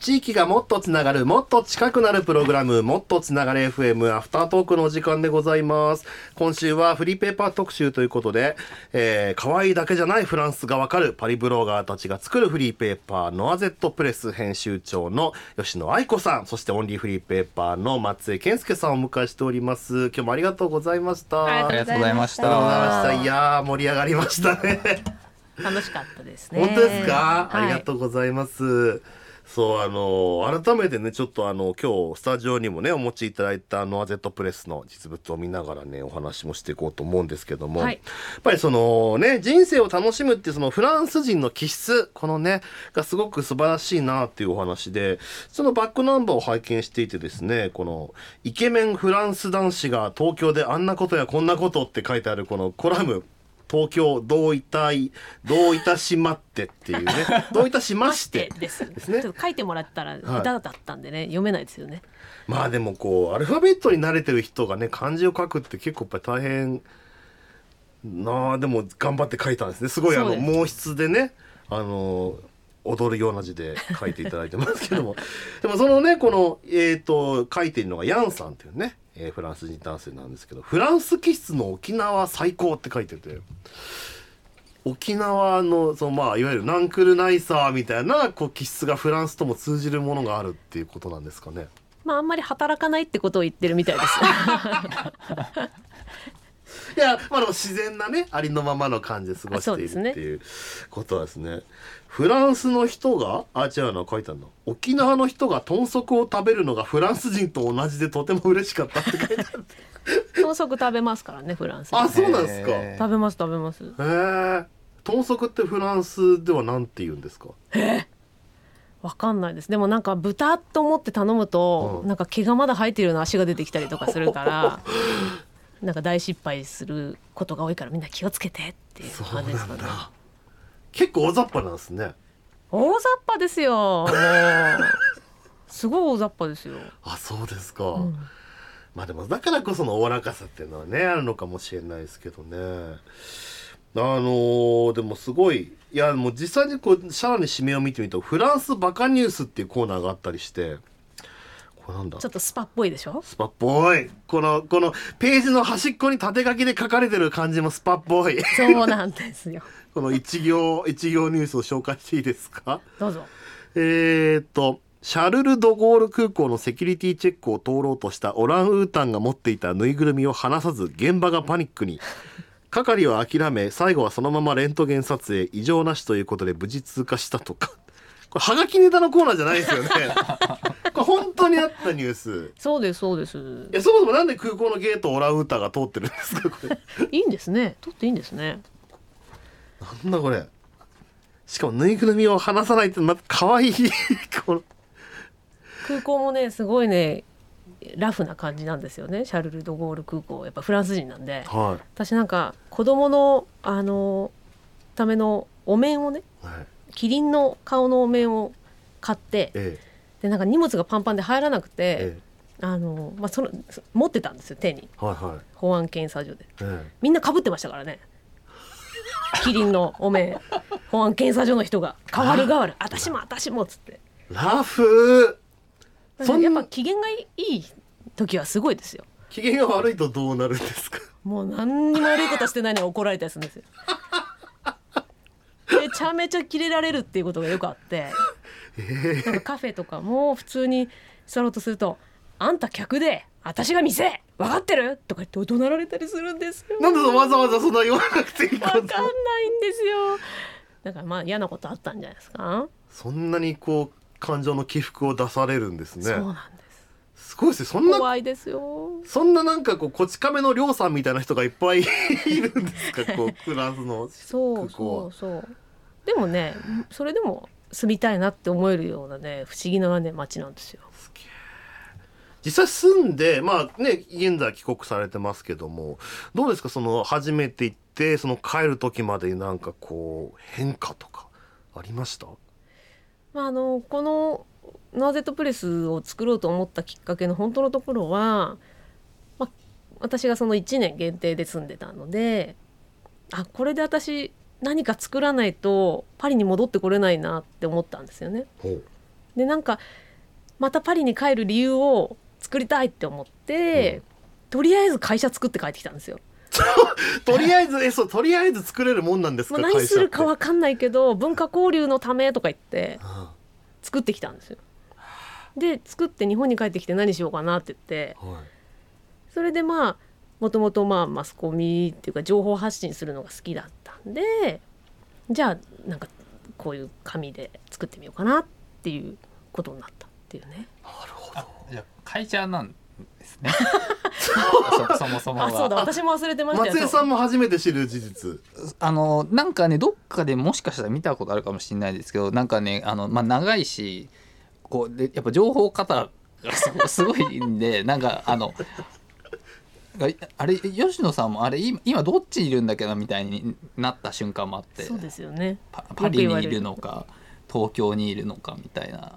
地域がもっとつながるもっと近くなるプログラムもっとつながれ FM アフタートークのお時間でございます今週はフリーペーパー特集ということで、えー、可愛いだけじゃないフランスがわかるパリブロガーたちが作るフリーペーパーノアゼットプレス編集長の吉野愛子さんそしてオンリーフリーペーパーの松江健介さんをお迎えしております今日もありがとうございましたありがとうございましたありがとうございましたいやー盛り上がりましたね楽しかったですね。本当ですか、はいありがとうございますそうあの改めてねちょっとあの今日スタジオにもねお持ちいただいたノアゼットプレスの実物を見ながらねお話もしていこうと思うんですけども、はいやっぱりそのね人生を楽しむっていうそのフランス人の気質このねがすごく素晴らしいなっていうお話でそのバックナンバーを拝見していてですねこの「イケメンフランス男子が東京であんなことやこんなこと」って書いてあるこのコラム東京どういたいどういたしまってっていうねどういたしままししててです。ですねちょっと書いてもらったら歌だったんでね、読めないですよね。まあでもこうアルファベットに慣れてる人がね漢字を書くって結構やっぱり大変なあでも頑張って書いたんですねすごいあそうのです毛筆でねあの踊るような字で書いていただいてますけど もでもそのねこのえっ、と書いてるのがヤンさんっていうね、えーフランス人男性なんですけどフランス気質の沖縄最高って書いてて。沖縄のそのまあいわゆるナンクルナイサーみたいなこう気質がフランスとも通じるものがあるっていうことなんですかね。まああんまり働かないってことを言ってるみたいです。 いや、まあ、でも自然なね、ありのままの感じで過ごしていあそうでするねっていうことなんですね。フランスの人が、あ、違うの、書いてあるの。沖縄の人が豚足を食べるのがフランス人と同じでとても嬉しかったって書いて ある。豚足食べますからねフランス。あ、そうなんですか。へへ食べます食べます。え。豚足ってフランスではなんて言うんですか。わかんないです。でもなんか豚と思って頼むと、うんなんか毛がまだ生えてるような足が出てきたりとかする から。なんか大失敗することが多いからみんな気をつけてっていうそうな感じですかんね。だ。結構大雑把なんですね。大雑把ですよ。もう すごい大雑把ですよ。あ、そうですか。うんまあでもだからこそのおおらかさっていうのはねあるのかもしれないですけどね。あのーでもすごいいやもう実際にこうさらに締めを見てみると「フランスバカニュース」っていうコーナーがあったりしてこれなんだちょっとスパっぽいでしょ。スパっぽいこのこのページの端っこに縦書きで書かれてる感じもスパっぽい そうなんですよ。この一行一行ニュースを紹介していいですかどうぞ。えーっとシャルル・ド・ゴール空港のセキュリティチェックを通ろうとしたオランウータンが持っていたぬいぐるみを離さず現場がパニックに 係は諦め最後はそのままレントゲン撮影異常なしということで無事通過したとかこれはがきネタのコーナーじゃないです よねこれ本当にあったニュースそうですそうですい。やそもそもなんで空港のゲートをオランウータンが通ってるんですかこれいいんですね。取っていいんですね。なんだこれしかもぬいぐるみを離さないってまた可愛いこの空港もねすごいねラフな感じなんですよね。シャルルドゴール空港やっぱフランス人なんで。は私なんか子供のあのためのお面をねい、はい、キリンの顔のお面を買ってええでなんか荷物がパンパンで入らなくてえあのまあそのそ持ってたんですよ手にえはいはい保安検査所でええみんな被ってましたからね。キリンのお面保安検査所の人が変わる変わる私も私もっつってラフそんやっぱ機嫌がいい時はすごいですよ機嫌が悪いとどうなるんですかもう何にも悪いことしてないのに怒られたりするんですよめちゃめちゃキレられるっていうことがよくあって、なんかカフェとかも普通に座ろうとすると「あんた客で私が店分かってる?」とか言って怒鳴られたりするんです よなんでわざわざそんな言わなくていいこ分とかんないんですよだからまあ嫌なことあったんじゃないですか、 そんなにこう感情の起伏を出されるんですそうねなんですすごいですねそんな怖いですよそんななんかこうこち亀のりょうさんみたいな人がいっ ぱいいるんですかこうフランスのそう空港そはうそうでもねそれでも住みたいなって思えるようなね不思議なね街なんですよ実際住んでまあね現在帰国されてますけどもどうですかその初めて行ってその帰る時までになんかこう変化とかありましたまああのこのノアゼットプレスを作ろうと思ったきっかけの本当のところは、まあ、私がその1年限定で住んでたのであこれで私何か作らないとパリに戻ってこれないなって思ったんですよね。ほうでなんかまたパリに帰る理由を作りたいって思って、うんとりあえず会社作って帰ってきたんですよ。とりあえずえそうとりあえず作れるもんなんですまか、あ、何するかわわかんないけど文化交流のためとか言っては作ってきたんですよ。で作って日本に帰ってきて何しようかなって言ってそれでまあもともとまあマスコミっていうか情報発信するのが好きだったんでじゃあなんかこういう紙で作ってみようかなっていうことになったっていうね。あじゃあ会社なんです ねそそもそもあそうだは私も忘れてまい、したよ松江さんも初めて知る事実あのなんかねどっかでもしかしたら見たことあるかもしれないですけどなんかねあの、まあ、長いしこうでやっぱ情報型がすご すごいんでなんかあのがあれ吉野さんもあれ今今どっちにいるんだっけどみたいになった瞬間もあってそうですよね。パパリにいるのか東京にいるのかみたいなだ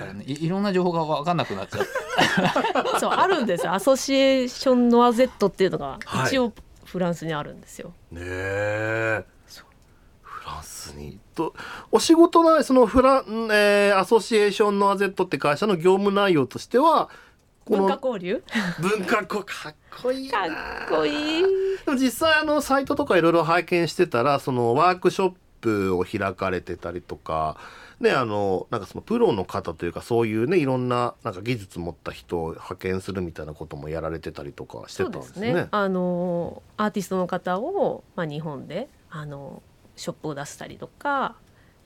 からねいいろんな情報が分かんなくなっちゃってそうあるんですよ。アソシエーションノアゼットっていうのがはい一応フランスにあるんですよ。ねえそうフランスにとお仕事のそのフラン、えーアソシエーションのアゼットって会社の業務内容としてはこ文化の交流文化交かっこいいなかっこいい。でも実際あのサイトとかいろいろ拝見してたらそのワークショップを開かれてたりとか。ね、あのなんかそのプロの方というかそういうねいろんななんか技術持った人を派遣するみたいなこともやられてたりとかしてそたうんでですすね。ね。あのアーティストの方をまあ日本であのショップを出したりとか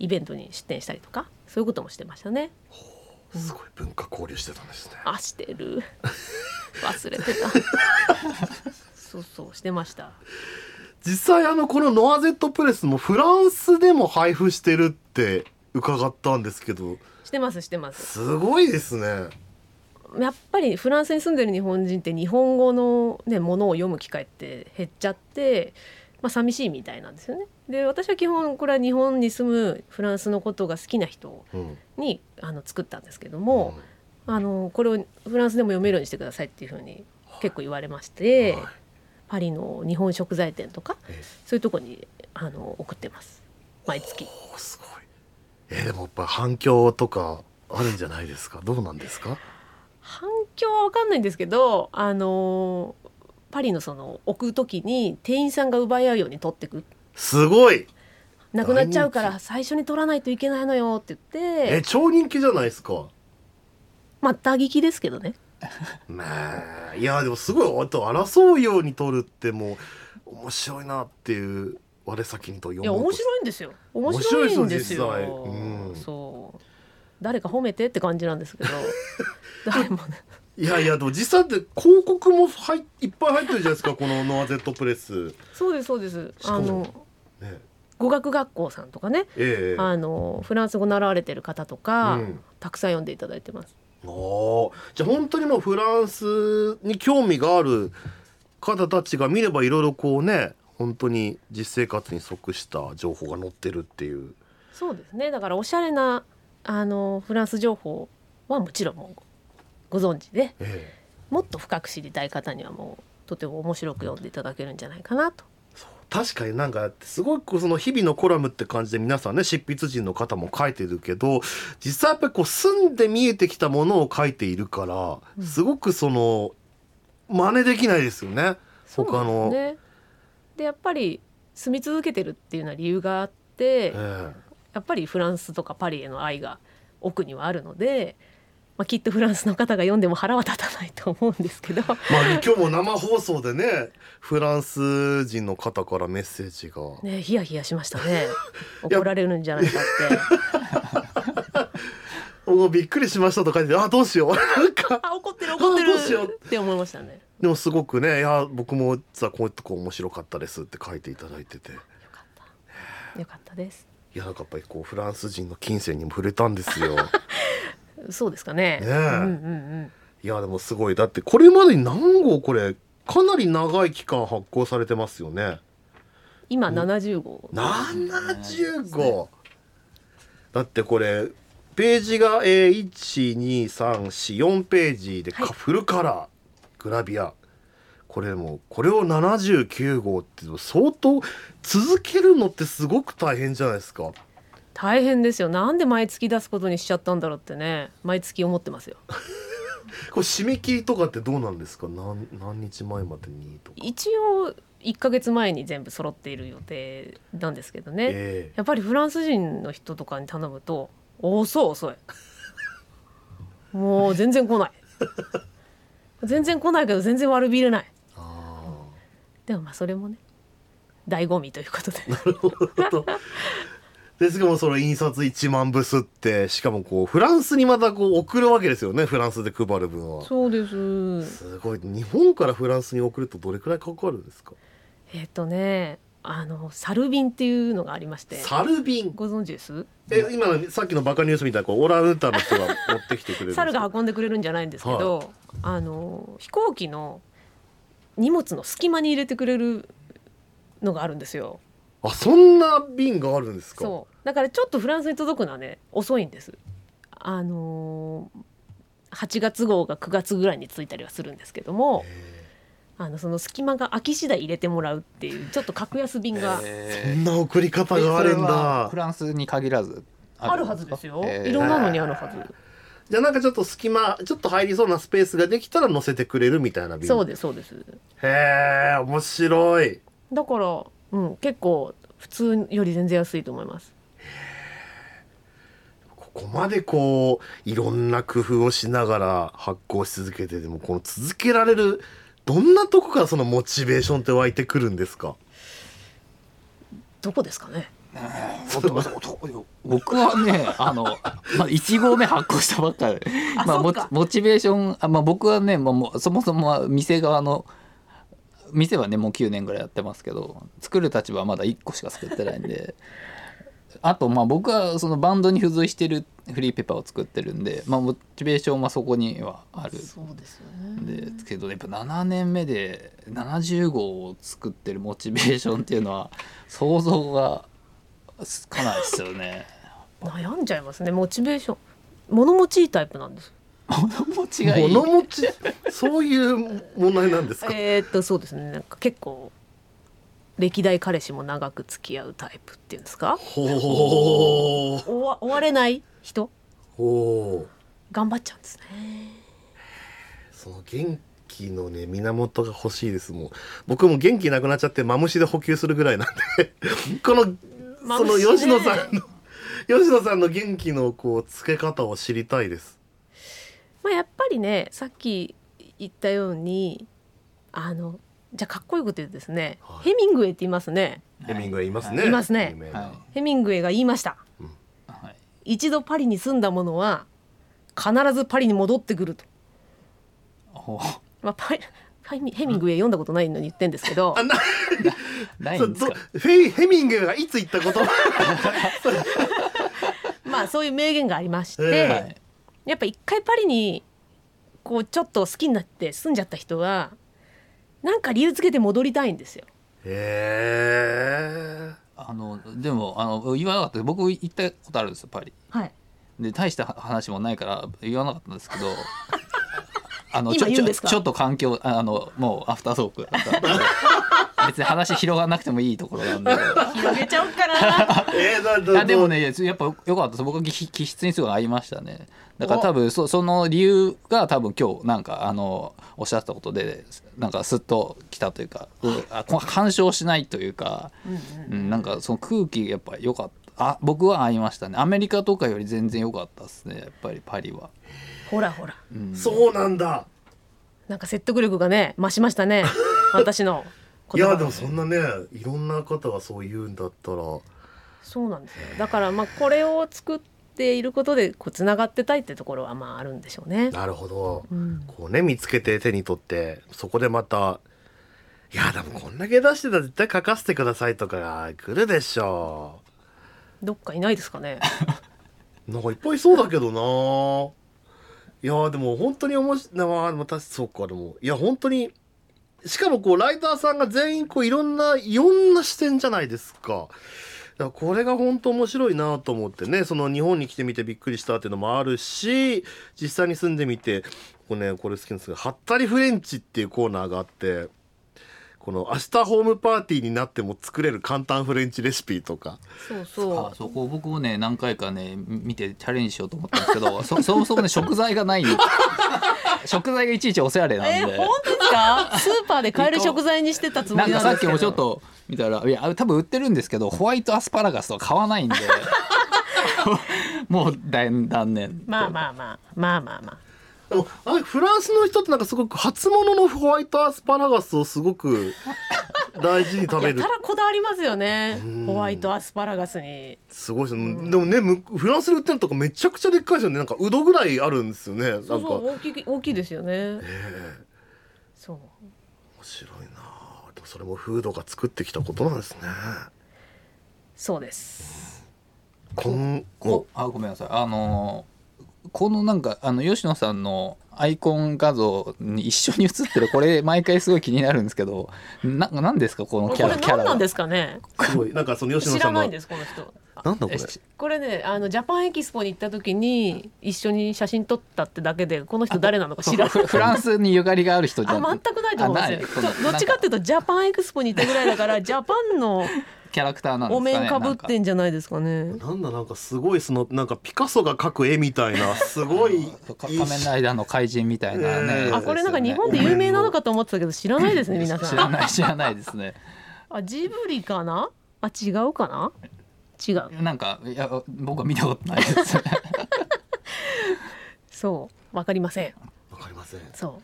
イベントに出店したりとかそういうこともしてましたね。すごい文化交流してたんですね。あして る忘れてた。そうそうしてました。実際あのこのノアゼットプレスもフランスでも配布してるって伺ったんですけどしてますしてます。すごいですねやっぱりフランスに住んでる日本人って日本語の、ね、ものを読む機会って減っちゃって、まあ寂しいみたいなんですよね。で私は基本これは日本に住むフランスのことが好きな人うんにあの作ったんですけども、あのこれをフランスでも読めるようにしてくださいっていうふうに結構言われましうんて、はいパリの日本食材店とかえそういうとこにあの送ってます毎月。おすごいえーでもやっぱ反響とかあるんじゃないですかどうなんですか反響は分かんないんですけどあのーパリのその置く時に店員さんが奪い合うように取ってくすごいなくなっちゃうか大人ら最初に取らないといけないのよって言っえて超人気じゃないですかまあ打撃ですけどねまあいやでもすごいあと争うように撮るってもう面白いなっていう我先にと読いや面白いんですよ面白いんですよ面白いですよ実際うんそう誰か褒めてって感じなんですけ ど誰もねいやいやでも実際って広告も入っいっぱい入ってるじゃないですかこのノアゼットプレスそうですそうですしあかものね語学学校さんとかねええあのフランス語習われてる方とか、うんたくさん読んでいただいてますおーじゃあ本当にもうフランスに興味がある方たちが見ればいろいろこうね本当に実生活に即した情報が載ってるっていうそうですねだからおしゃれなあのフランス情報はもちろんもうご存知でええもっと深く知りたい方にはもうとても面白く読んでいただけるんじゃないかなと確かになんかすごくその日々のコラムって感じで皆さんね執筆人の方も書いてるけど実際やっぱりこう住んで見えてきたものを書いているかうらんすごくその真似できないですよね。そうな他んのですねでやっぱり住み続けてるっていうのは理由があってええやっぱりフランスとかパリへの愛が奥にはあるので、まあ、きっとフランスの方が読んでも腹は立たないと思うんです けどまあね、今日も生放送でねフランス人の方からメッセージが、ねヒヤヒヤしましたね怒られるんじゃないかってもうびっくりしましたとか言ってあどうしようなんか あ怒ってる怒ってあどうしよるうって思いましたねでもすごくねいや僕も実はこういうとこ面白かったですって書いていただいててよかったよかったですいやなんかやっぱりこうフランス人の金銭にも触れたんですよそうですかねねえうんうんうんいやでもすごいだってこれまでに何号これかなり長い期間発行されてますよね今70号75、だってこれページが、えー、12344ページで、かはいフルカラーグラビアこれもこれを79号って相当続けるのってすごく大変じゃないですか。大変ですよなんで毎月出すことにしちゃったんだろうってね毎月思ってますよこれ締め切りとかってどうなんですか何何日前までにとか、一応1ヶ月前に全部揃っている予定なんですけどね、えやっぱりフランス人の人とかに頼むと遅い遅いもう全然来ない全然来ないけど全然悪びれないえあでもまあそれもね醍醐味ということであとでしかもその印刷1万部すってしかもこうフランスにまたこう送るわけですよねフランスで配る分はそうですすごい日本からフランスに送るとどれくらいかかるんですかえっ、とねあのサルビンっていうのがありましてサルビンご存知ですえ今のさっきのバカニュースみたいなこうオランウータンの人が持ってきてくれるんですか猿が運んでくれるんじゃないんですけど、あの飛行機の荷物の隙間に入れてくれるのがあるんですよあそんな瓶があるんですかそうだからちょっとフランスに届くのはね遅いんですあのー、8月号が9月ぐらいに着いたりはするんですけどもへあのその隙間が空き次第入れてもらうっていうちょっと格安便がえそんな送り方があるんだフランスに限らずあるはずですよ、えーいろんなのにあるはず、じゃあなんかちょっと隙間ちょっと入りそうなスペースができたら乗せてくれるみたいな瓶そうですそうですへえ面白いだから、うん、結構普通より全然安いと思いますここまでこういろんな工夫をしながら発行し続けてでもこの続けられるどんなとこからそのモチベーションって湧いてくるんですかどこですかね僕はねあの、まあ、1合目発行したばっかであまあ、そモっチかモチベーションあ、まあ、僕はね、まあ、もうそもそもは店側の店はねもう9年ぐらいやってますけど作る立場はまだ1個しか作ってないんであとまあ僕はそのバンドに付随してるフリーペーパーを作ってるんで、まあ、モチベーションはそこにはあるうですよんですけどやっぱ7年目で70号を作ってるモチベーションっていうのは想像がつかないですよね。悩んじゃいますねモチベーション物持ちいいタイプなんです物持ちがいい物持ちそういう問題なんですか、えーっとそうですねなんか結構歴代彼氏も長く付き合うタイプっていうんですかほー終わ終われない人ほー頑張っちゃうんですねその元気のね源が欲しいですもう僕も元気なくなっちゃってマムシで補給するぐらいなんでこのマそムのシね吉野さんの吉野さんの元気のこうつけ方を知りたいですまあやっぱりねさっき言ったようにあのじゃあかっこいいこと言うとですね、はいヘミングウェイって言いますねヘミングウェイいますねいますね有名なはいヘミングウェイが言いましたはい一度パリに住んだものは必ずパリに戻ってくると、おまあ、パリヘミヘミングウェイ読んだことないのに言ってんですけどあなないそんうですどかフェイヘミングウェイがいつ言ったことまあそういう名言がありまして、ええはいやっぱ一回パリにこうちょっと好きになって住んじゃった人はなんか理由つけて戻りたいんですよ。へえあのでもあの言わなかった僕行ったことあるんですよパリはい。で大した話もないから言わなかったんですけどあの今ちょ言うんちでょすかちょっと環境ああのもうアフタートークだったんで別に話広がらなくてもいいところなんで広げちゃおうかな。えー、なんあでもねやっぱよかったです僕は気気質にすごい合いましたねだから多分そその理由が多分今日なんかあのおっしゃったことでなんかすっときたというかうんあこ干渉しないというか。うん、なんかその空気やっぱ良かったあ僕は合いましたねアメリカとかより全然良かったですねやっぱりパリは、 ほらほら。うん、そうなんだなんか説得力がね増しまし たね。私のい言葉が。やでもそんなねいろんな方がそう言うんだったらそうなんですよ。だからまあこれを作っていることでこうつながってたいってところはまああるんでしょうね。なるほどうん。こうね見つけて手に取ってそこでまたいやでもこんだけ出してたら絶対書かせてくださいとかが来るでしょどっかいないですかね。うなんかいっぱいいそうだけどないやでも本当に面白いまあでも確かそうかでもいや本当にしかもこうライターさんが全員こういろんないろんな視点じゃないですか。だからこれが本当面白いなと思ってねその日本に来てみてびっくりしたっていうのもあるし実際に住んでみてこれ,、ね、これ好きなんですけど「はったりフレンチ」っていうコーナーがあってこの明日ホームパーティーになっても作れる簡単フレンチレシピとかそうそあそこ僕もね何回かね見てチャレンジしようと思ったんですけどそそもそもね食材がない 食材がいちいちおせゃれうなんえで、本当ですかスーパーで買える食材にしてたつもなりんなかんでさっすけきどもちょっと見たらいや多分売ってるんですけどホワイトアスパラガスは買 わないんでもうだんだんねまあまあまあまあまあまあでもあれフランスの人ってなんかすごく初物のホワイトアスパラガスをすごく大事に食べやるたらこだわりますよねうんホワイトアスパラガスにすごいですねでもねむフランスで売ってるのとかめちゃくちゃでっかいですよねなんかうどぐらいあるんですよねなんかそうそう大きい大きいですよねええそう面白いなあでもそれもフードが作ってきたことなんですねそうですこんこあごめんなさいあのーこのなんかあの吉野さんのアイコン画像に一緒に写ってるこれ毎回すごい気になるんですけどななんですかこのこキャれラキャ何ラなはんですかねすごいなんかその吉野知さらんながいんですこの人なんだこれえしこれねあのジャパンエキスポに行った時に一緒に写真撮ったってだけでこの人誰なのか知らないフフランスにゆかりがある人じゃあん全くないと思うんですあよないどどっちかっていうとジャパンエキスポに行ったぐらいだから ジャパンのキャラクターなんでおすかね面かぶってんじゃないですかねなんだなんかすごいそのなんかピカソが描く絵みたいなすごいなんかか仮面ライダーの怪人みたいなねえーあこれなんか日本で有名なのかと思ってたけど知らないですね皆知さらんない知らないですねあジブリかなあ違うかな違うなんかいや僕は見たことない ですそうわかりませんわかりませんそ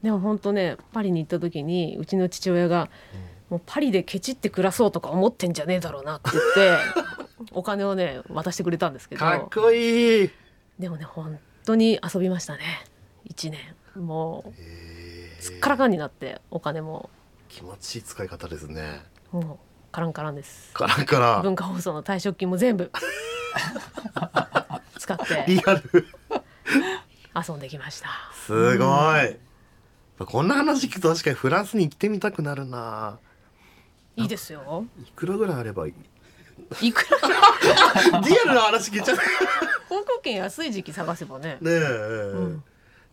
うでも本当ねパリに行った時にうちの父親が「もうパリでケチって暮らそうとか思ってんじゃねえだろうな」って言 ってお金をね渡してくれたんですけかっどこいいでもね本当に遊びましたね1年もうすっからかんになってお金も気持ちいい使い方ですねもうカランカランですカランカラン文化放送の退職金も全部使ってリアル遊んできましたすごい、こんな話聞くと確かにフランスに行ってみたくなるないいですよいくらぐらいあればい いいくらかリアルな話聞いちゃったね航空券安い時期探せばねえ、ん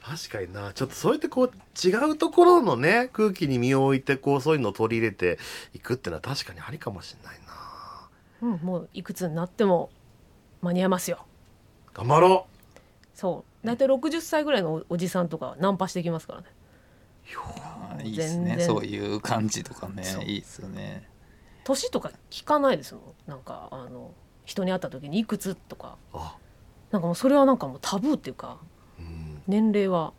確かになちょっとそうやってこう違うところのね空気に身を置いてこうそういうのを取り入れていくってのは確かにありかもしれないなうん、もういくつになっても間に合いますよ頑張ろそう大体60歳ぐらいのおおじさんとかはナンパしてきますからねいいです全ね然そういう感じとかねそういいですよね年とか聞かないですもんなんかあの人に会った時にいくつとかうあなんかもうそれはなんかもうタブーっていうかうん年齢は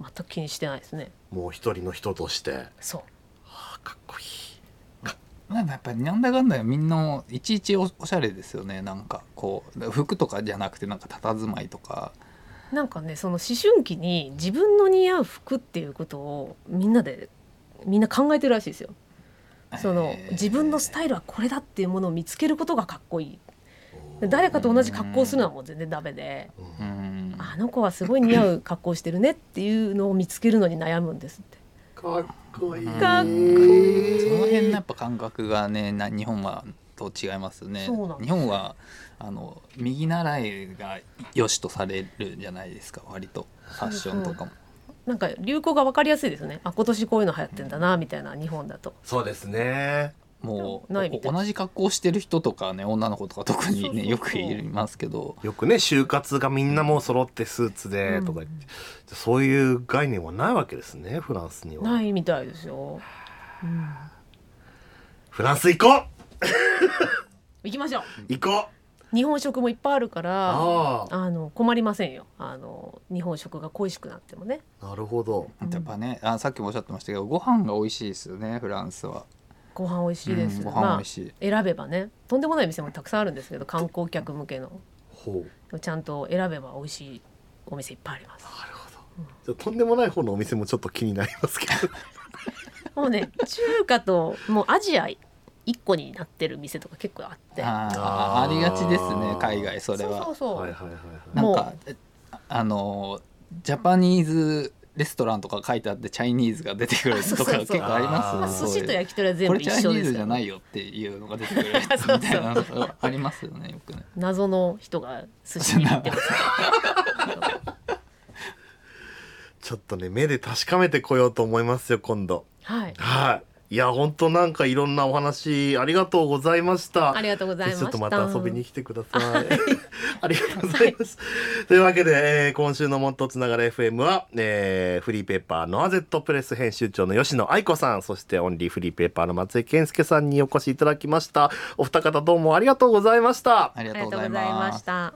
全く気にしてないですねもう一人の人としてそうあかっこいいなんかやっぱりなんだかんだみんないちいちおおしゃれですよねなんかこう服とかじゃなくてなんか佇まいとかなんかねその思春期に自分の似合う服っていうことをみんなでみんな考えてるらしいですよそのえー自分のスタイルはこれだっていうものを見つけることがかっこいい誰かと同じ格好をするのはもう全然ダメでうんうんあの子はすごい似合う格好してるねっていうのを見つけるのに悩むんですって。かっこいいかっこういんその辺のやっぱ感覚がねな日本はと違いますねそうなんです日本はあの右習いが良しとされるじゃないですか割とファッションとかもなんか流行が分かりやすいですねあ今年こういうの流行ってんだなみたいな日本だとそうですねもうないみたい同じ格好してる人とかね女の子とか特にねそうよそうくそういますけどよくね就活がみんなもう揃ってスーツでとか言って、そういう概念はないわけですねフランスにはないみたいですよ、うんフランス行こ行きましょうう行こう日本食もいっぱいあるからあああの困りませんよあの日本食が恋しくなってもねなるほどやっぱねあさっきもおっしゃってましたけどご飯が美味しいですよねフランスは。ご飯美味しいです、うんご飯ま美あ味しい。選べばねとんでもない店もたくさんあるんですけど観光客向けのほうちゃんと選べば美味しいお店いっぱいありますなるほどじゃあとんでもない方のお店もちょっと気になります けどもう ね中華ともうアジア一個になってる店とか結構あってあーああーりがちですね海外それそは。うそうそう、はいはいはいなはいんもかえあのジャパニーズレストランとか書いてあってチャイニーズが出てくるそうとそうかそう結構ありまあ、ます寿ねそういう司と焼き鳥は全こ部れチ一ャイ緒ニでーすズかじらゃないよっていうのが出てくるやつそうそうみたいなのがありますよねよくね。謎の人が寿司に行 ってます ねちょっとね目で確かめてこようと思いますよ今度はいはいいや本当なんかいろんなお話ありがとうございましたありがとうございましちたょっとまた遊びに来てください ありがとうございます、というわけで、えー今週の「もっとつながる FM は」えーフリーペーパーノアゼットプレス編集長の吉野愛子さんそしてオンリーフリーペーパーの松井健介さんにお越しいただきましたお二方どうもありがとうございましたありあがりがとうとごうざいございまましす。た。